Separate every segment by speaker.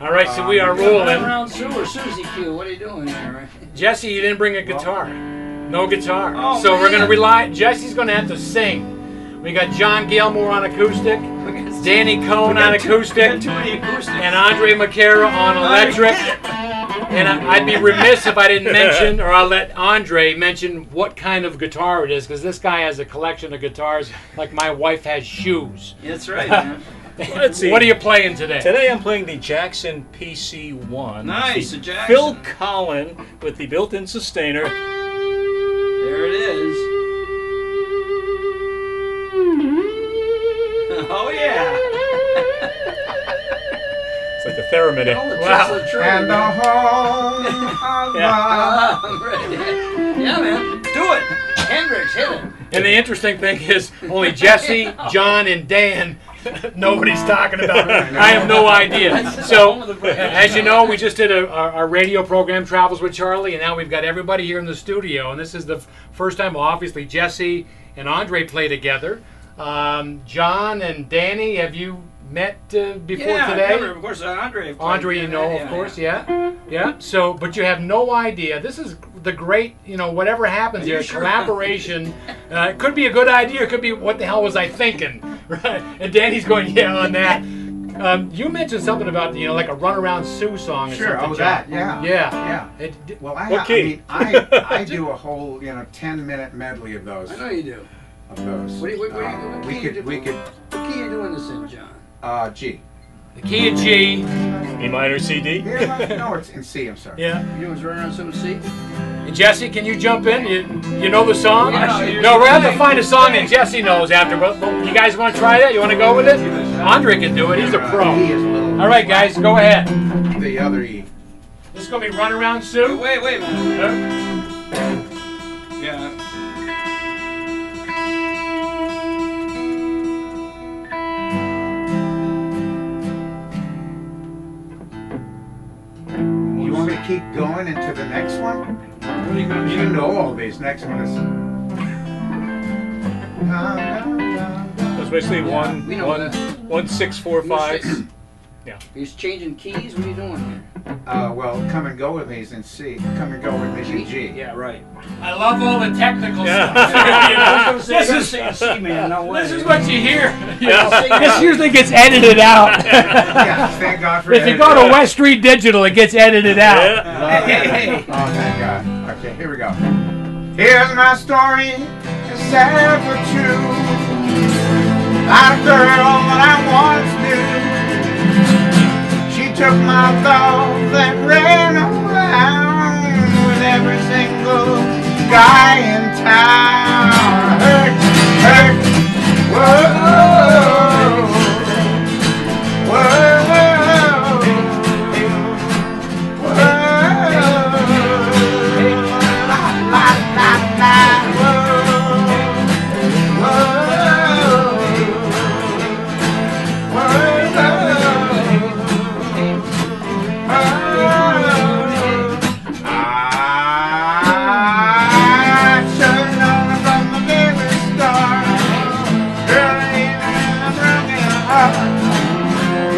Speaker 1: All right, so we are
Speaker 2: Running
Speaker 1: rolling.
Speaker 2: around Sue or Susie Q. What are you doing there?
Speaker 1: Jesse, you didn't bring a guitar. No guitar.
Speaker 2: Oh,
Speaker 1: so we're going to
Speaker 2: man.
Speaker 1: rely, Jesse's going to have to sing. We got John Gilmore on acoustic, Danny Cohn on acoustic,
Speaker 3: Too many acoustics.
Speaker 1: and Andre Macara on electric. And I- I'd be remiss if I didn't mention, or I'll let Andre mention what kind of guitar it is, because this guy has a collection of guitars like my wife has shoes.
Speaker 2: That's right, man.
Speaker 3: Let's see.
Speaker 1: What are you playing today?
Speaker 3: Today I'm playing the Jackson PC1.
Speaker 2: Nice, a Jackson.
Speaker 3: Phil Collin with the built-in sustainer.
Speaker 2: There it is. Oh yeah.
Speaker 3: It's like the theremin.
Speaker 2: All the
Speaker 1: Wow.
Speaker 2: tricks of the trade,
Speaker 4: And the
Speaker 2: man.
Speaker 4: home of
Speaker 3: Yeah.
Speaker 4: yeah.
Speaker 2: Ah, I'm ready. Yeah, man. Do it. Hendrix, hit it.
Speaker 1: And the interesting thing is, only Jesse, John, and Dan know what he's talking about. I have no idea. So, as you know, we just did a, our, our radio program, Travels with Charlie, and now we've got everybody here in the studio. And this is the f- first time, obviously, Jesse and Andre play together. Um, John and Danny, have you met uh, before
Speaker 2: yeah, I
Speaker 1: today?
Speaker 2: remember, of course, uh, Andre. played
Speaker 1: Andre, you
Speaker 2: that,
Speaker 1: know,
Speaker 2: yeah,
Speaker 1: of course, yeah, yeah. So, but you have no idea. This is the great, you know, whatever happens
Speaker 2: Are you
Speaker 1: here,
Speaker 2: sure?
Speaker 1: collaboration. Uh, it could be a good idea. It could be, what the hell was I thinking? Right? And Danny's going, yeah, on that. Um, you mentioned something about, you know, like a runaround Sue song. Or
Speaker 4: Sure,
Speaker 1: something,
Speaker 4: oh, that,
Speaker 1: John.
Speaker 4: yeah.
Speaker 1: Yeah.
Speaker 4: Yeah.
Speaker 1: It- d-
Speaker 4: Well, I,
Speaker 3: What
Speaker 4: ha-
Speaker 3: key?
Speaker 4: I mean, I, I do a whole, you know, 10 minute medley of those.
Speaker 2: I know you do.
Speaker 4: Of those.
Speaker 2: What do you- what- what do you-
Speaker 4: Uh,
Speaker 2: what key
Speaker 4: we
Speaker 2: you do?
Speaker 4: could, we could,
Speaker 2: What key are you doing this in, John?
Speaker 4: uh, G.
Speaker 1: The key of G.
Speaker 3: E minor CD.
Speaker 4: Yeah, no, it's in C, I'm sorry. Uh,
Speaker 1: Yeah.
Speaker 2: You doing is running on some seat?
Speaker 1: And Jesse, can you jump in? You, you know the song?
Speaker 2: Yeah.
Speaker 1: no, we're going to find a song that Jesse knows after. But, but you guys want to try that? You want to go with it? Andre can do it. He's a
Speaker 4: Uh,
Speaker 1: pro.
Speaker 4: E is a little.
Speaker 1: All right, guys, go ahead.
Speaker 4: The other E.
Speaker 1: This is gonna be run around Sue.
Speaker 2: Wait, wait a minute.
Speaker 1: Uh,
Speaker 2: Yeah.
Speaker 4: You want me to keep going into the next one?
Speaker 2: What are you going
Speaker 4: You
Speaker 2: to do?
Speaker 4: know all these. Next one is. Na, na, na, na.
Speaker 3: That's basically one,
Speaker 2: we know
Speaker 3: one,
Speaker 2: that.
Speaker 3: one, six, four, five.
Speaker 2: Six. He's changing keys. What are you doing here?
Speaker 4: Uh, well, come and go with me is in C. Come and go with me is in G.
Speaker 2: Yeah, right.
Speaker 1: I love all the technical
Speaker 3: Yeah.
Speaker 1: stuff. You know,
Speaker 2: This
Speaker 1: this is
Speaker 2: is C man. No way.
Speaker 1: this is what you hear.
Speaker 2: Yeah. This
Speaker 1: usually gets edited out.
Speaker 4: Yeah, thank God for
Speaker 1: if you go to
Speaker 4: editing.
Speaker 1: West Street Digital, it gets edited out.
Speaker 3: Yeah.
Speaker 4: Hey, hey, hey. Oh, thank God. Okay, here we go. Here's my story, it's sad but true. I girl that I once knew. She took my love and ran around with every single guy in town. Hurt, hurt, whoa, whoa. Heart.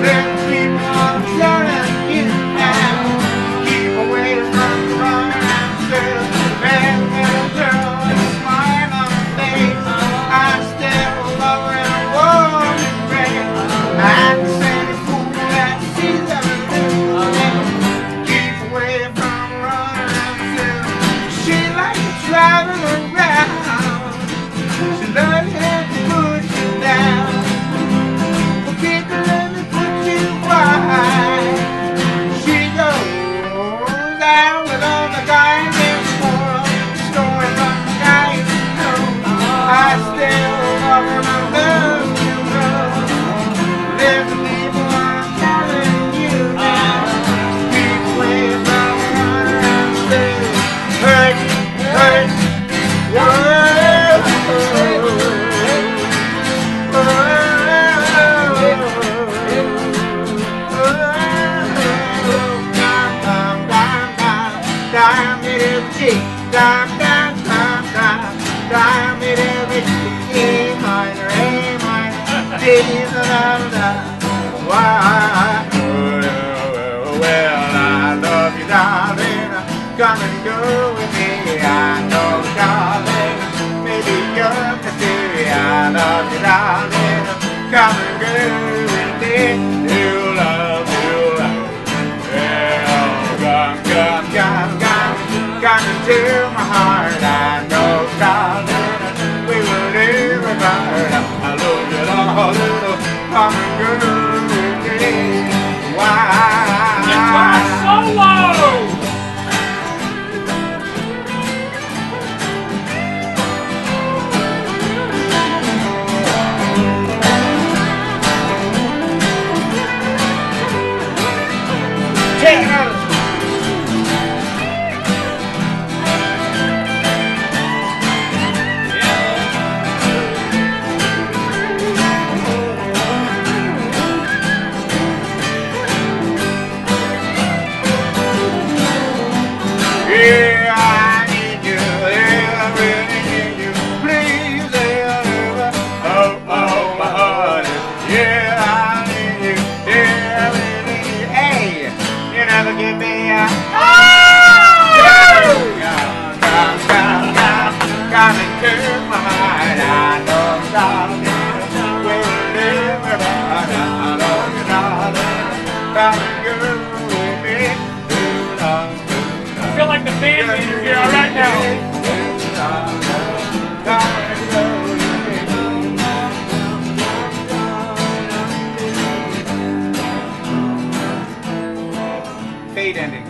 Speaker 4: Let people shouting in town. Keep away from the wrong answers. Man, there's a girl with a smile on her face. I step low and I walk in grace. I'd say the fool that sees everything. Keep away from the wrong answers. She likes to travel around. She loves to put you down. "Oh, Hurt, hurt, whoa. come and go with me. I know, darling, maybe you're crazy. I love you, darling. Come and go with me. You love, you love. Yeah, come, come, come, come, come into my heart. I know, darling, we will live apart. I love you, darling. Come and go with me. Why? Take it out. Yeah, I need you. Yeah, I really need you. Please, yeah, yeah. Oh, oh, my heart. Yeah, I need you. Yeah, I really need you. Hey, you never give me a. Oh! Come, come, come, come, come into my heart. I know, darling, we'll live it right. I love you, darling. Come and go with me. Ooh, darling, ooh, darling.
Speaker 1: I feel like the band leader here, all right now.
Speaker 4: Fade ending.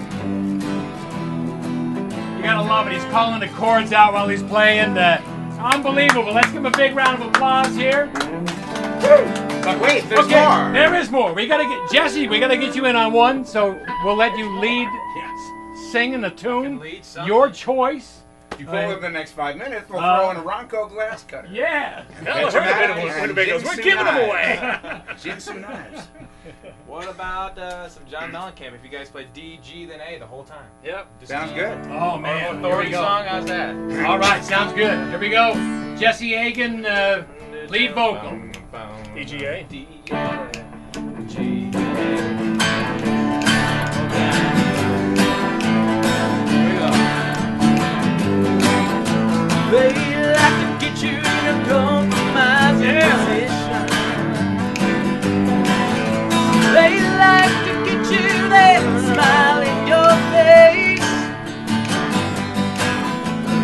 Speaker 1: You gotta love it. He's calling the chords out while he's playing. The, it's unbelievable. Let's give him a big round of applause here.
Speaker 4: But wait, there's
Speaker 1: okay,
Speaker 4: more.
Speaker 1: there is more. We gotta get Jesse. We gotta get you in on one. So we'll let you lead, singing a tune,
Speaker 2: lead something.
Speaker 1: your choice.
Speaker 4: you go over the next five minutes, we'll
Speaker 1: Uh,
Speaker 4: throw in a Ronco glass cutter.
Speaker 1: Yeah.
Speaker 3: Wait a minute, wait a minute, We're giving them away.
Speaker 4: Jitsu knives.
Speaker 2: What about uh, some John Mellencamp? If you guys play D, G, then A the whole time.
Speaker 3: Yep.
Speaker 2: Just
Speaker 4: Sounds good.
Speaker 1: Oh man. Here we
Speaker 2: Authority
Speaker 1: go.
Speaker 2: song, how's that?
Speaker 1: All right. Sounds good. Here we go. Jesse Agan, uh, lead vocal.
Speaker 3: EGA.
Speaker 2: D, G. Baby, I can get you to compromise your
Speaker 1: Yeah.
Speaker 2: position. They like to get you that smile in your face.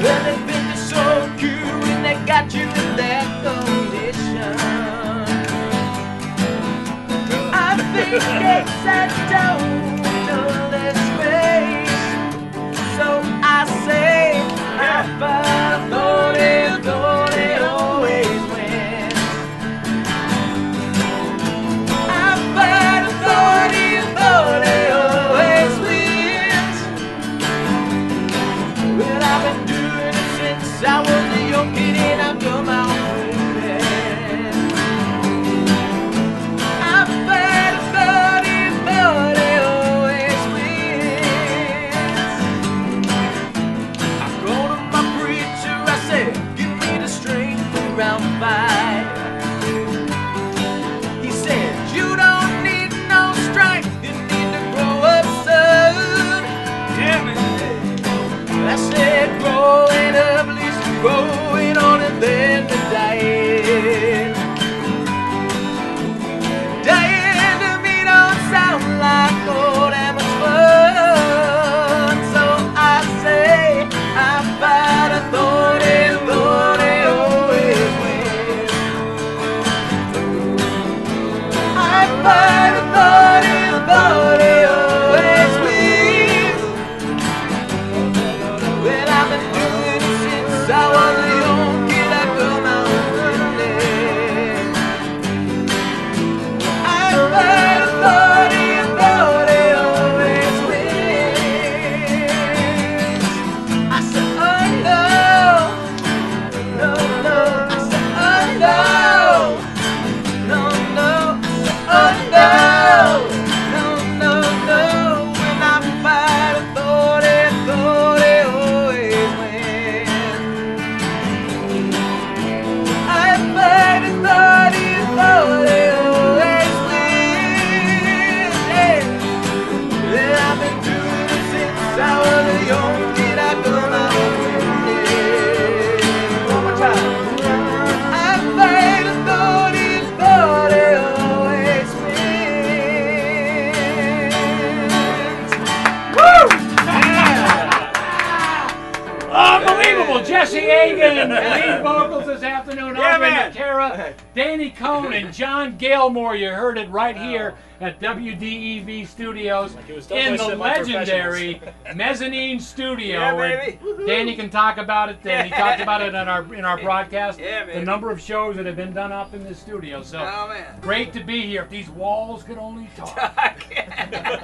Speaker 2: Well, they think they're so cute when they got you in that condition.
Speaker 1: Morgan, lead vocals this afternoon.
Speaker 3: Yeah,
Speaker 1: Aubrey
Speaker 3: man.
Speaker 1: Nakara, Danny Cohn, and John Gilmore. You heard it right here at WDEV Studios
Speaker 3: it was done
Speaker 1: in
Speaker 3: by
Speaker 1: the
Speaker 3: semi-professionals.
Speaker 1: legendary Mezzanine Studio.
Speaker 3: Yeah,
Speaker 1: And
Speaker 3: baby.
Speaker 1: Danny can talk about it. Then he talked about it in our in our broadcast.
Speaker 3: Yeah,
Speaker 1: the
Speaker 3: baby.
Speaker 1: number of shows that have been done up in this studio. So
Speaker 3: Oh, man.
Speaker 1: great to be here. If these walls could only talk,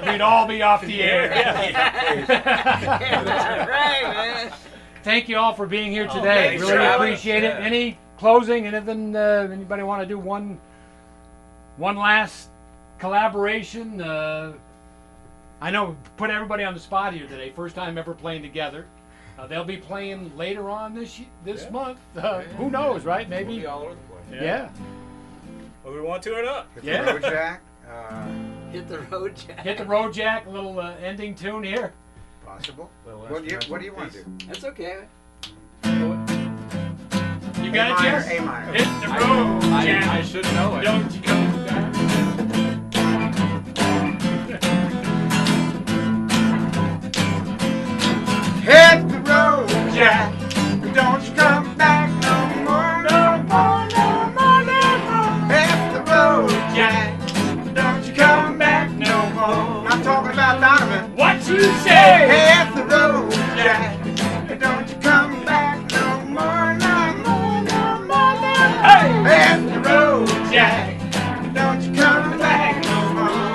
Speaker 1: we'd all be off the air. Thank you all for being here today.
Speaker 3: Oh, thanks
Speaker 1: really
Speaker 3: for having
Speaker 1: appreciate
Speaker 3: us.
Speaker 1: it.
Speaker 3: Yeah.
Speaker 1: Any closing? Anything? Uh, anybody want to do one? One last collaboration. Uh, I know we put everybody on the spot here today. First time ever playing together. Uh, they'll be playing later on this y- this month. Uh, Who knows, right? Maybe.
Speaker 4: all over the place.
Speaker 1: yeah.
Speaker 3: Whether we want to or not.
Speaker 1: Yeah.
Speaker 4: Jack, uh,
Speaker 2: Hit the road, Jack.
Speaker 1: Hit the road, Jack. A little uh, ending tune here.
Speaker 4: possible. What do you, what do you want to do?
Speaker 2: That's okay.
Speaker 1: You
Speaker 4: A
Speaker 1: got it,
Speaker 4: minor,
Speaker 1: Jerry?
Speaker 4: A minor.
Speaker 1: Hit the road, Jack.
Speaker 5: I should know it.
Speaker 1: Don't you come back.
Speaker 4: Hit the road, Jack. Don't you come back no more, no more, no more, no more. Hit the road, Jack. Don't you come back no more. I'm talking about Donovan.
Speaker 1: What you say?
Speaker 4: Hit the road, Jack. Don't you come back no more, no more, no more, no more. Hit the road, Jack. Don't you come back no more.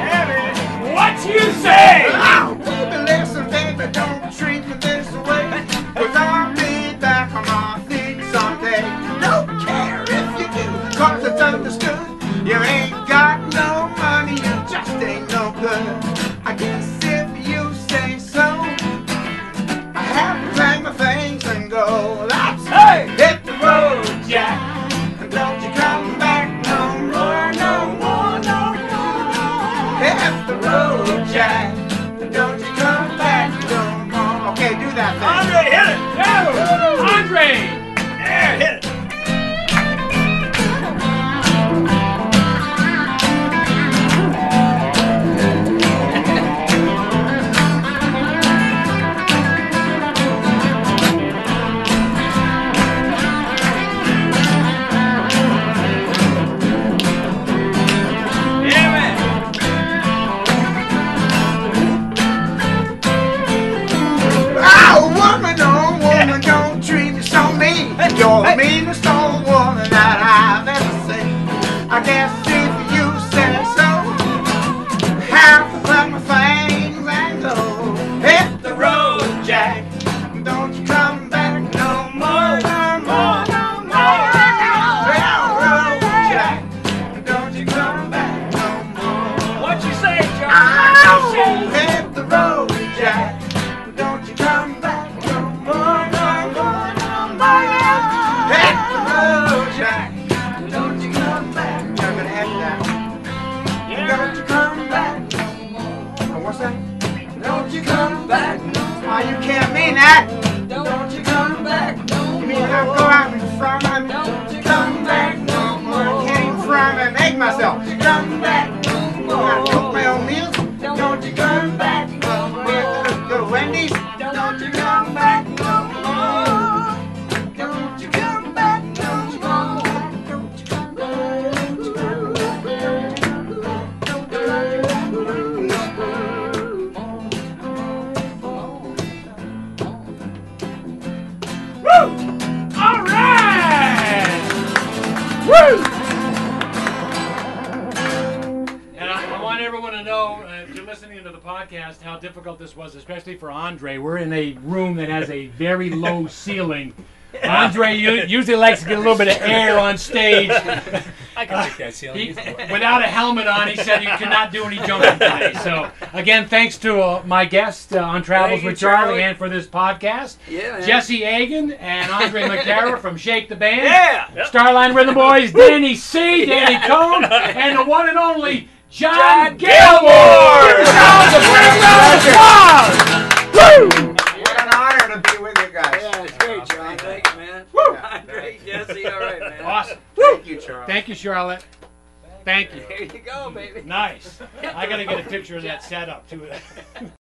Speaker 4: Yeah, baby.
Speaker 1: What you say?
Speaker 4: Oh, baby, listen, baby, don't treat me this way. Cause I'll be back on my feet someday. Don't care if you do, cause it's understood. You ain't got no money, you just ain't no good. I guess if you say so, I have to pack my things and go. That's hey, hit the road, Jack. And don't you come back no more, no more, no more. Hit the road, Jack. Don't you come back no more. Okay, do that thing.
Speaker 1: Andre!
Speaker 4: Oh, woman, oh, woman, don't treat me so mean. You're the meanest old woman that I've ever seen. I guess if you said so, have to pack my things and go. oh, Hit the road, Jack. Don't you come back no more, no more, no more. Hit the road, Jack. Don't you come back no more.
Speaker 3: What you say,
Speaker 4: Ow! Hit the road, Jack. Don't you come back no more, no more, no more. Hit the road, Jack. Don't you come back. I'm gonna have that. Don't you come back no more. Oh, what's that? Don't you come back no more. Oh, you can't mean that.
Speaker 2: Don't you come back no
Speaker 4: You mean I go out and fry my
Speaker 2: Don't you
Speaker 4: come back no more. I can't even fry my egg myself. Come back
Speaker 2: no
Speaker 4: I cook my own meals.
Speaker 2: Don't
Speaker 4: Don't you come back no more. Go to Wendy's.
Speaker 2: Don't you come back no more. Don't you come back no more. Don't you come back. Don't you come back. Don't you come back. Don't you come back.
Speaker 1: All right! Woo! And I, I want everyone to know, uh, if you're listening to the podcast, how difficult this was, especially for Andre. We're in a room that has a very low ceiling. Andre u- usually likes to get a little bit of air on stage.
Speaker 3: I can take that ceiling.
Speaker 1: He, without a helmet on, he said he could not do any jumping today. So, again, thanks to uh, my guest uh, on Travels
Speaker 3: Thank you,
Speaker 1: with Charlie,
Speaker 3: Charlie.
Speaker 1: and for this podcast,
Speaker 2: Yeah, man.
Speaker 1: Jesse Agan and Andre McCara from Shake the Band.
Speaker 3: Yeah.
Speaker 1: Starline Rhythm Boys, Danny C, Danny Cohn, and the one and only John, Gilmore. Give yourselves a big round of applause.
Speaker 4: What an honor to be with you guys.
Speaker 2: Yeah, it's great, John. Thanks, man. Andre, Jesse, all right, man.
Speaker 1: Awesome.
Speaker 4: Thank you, Charles.
Speaker 1: Thank you, Charlotte. Thank you.
Speaker 2: There you go, baby.
Speaker 1: Nice. I got to get a picture of that setup, too.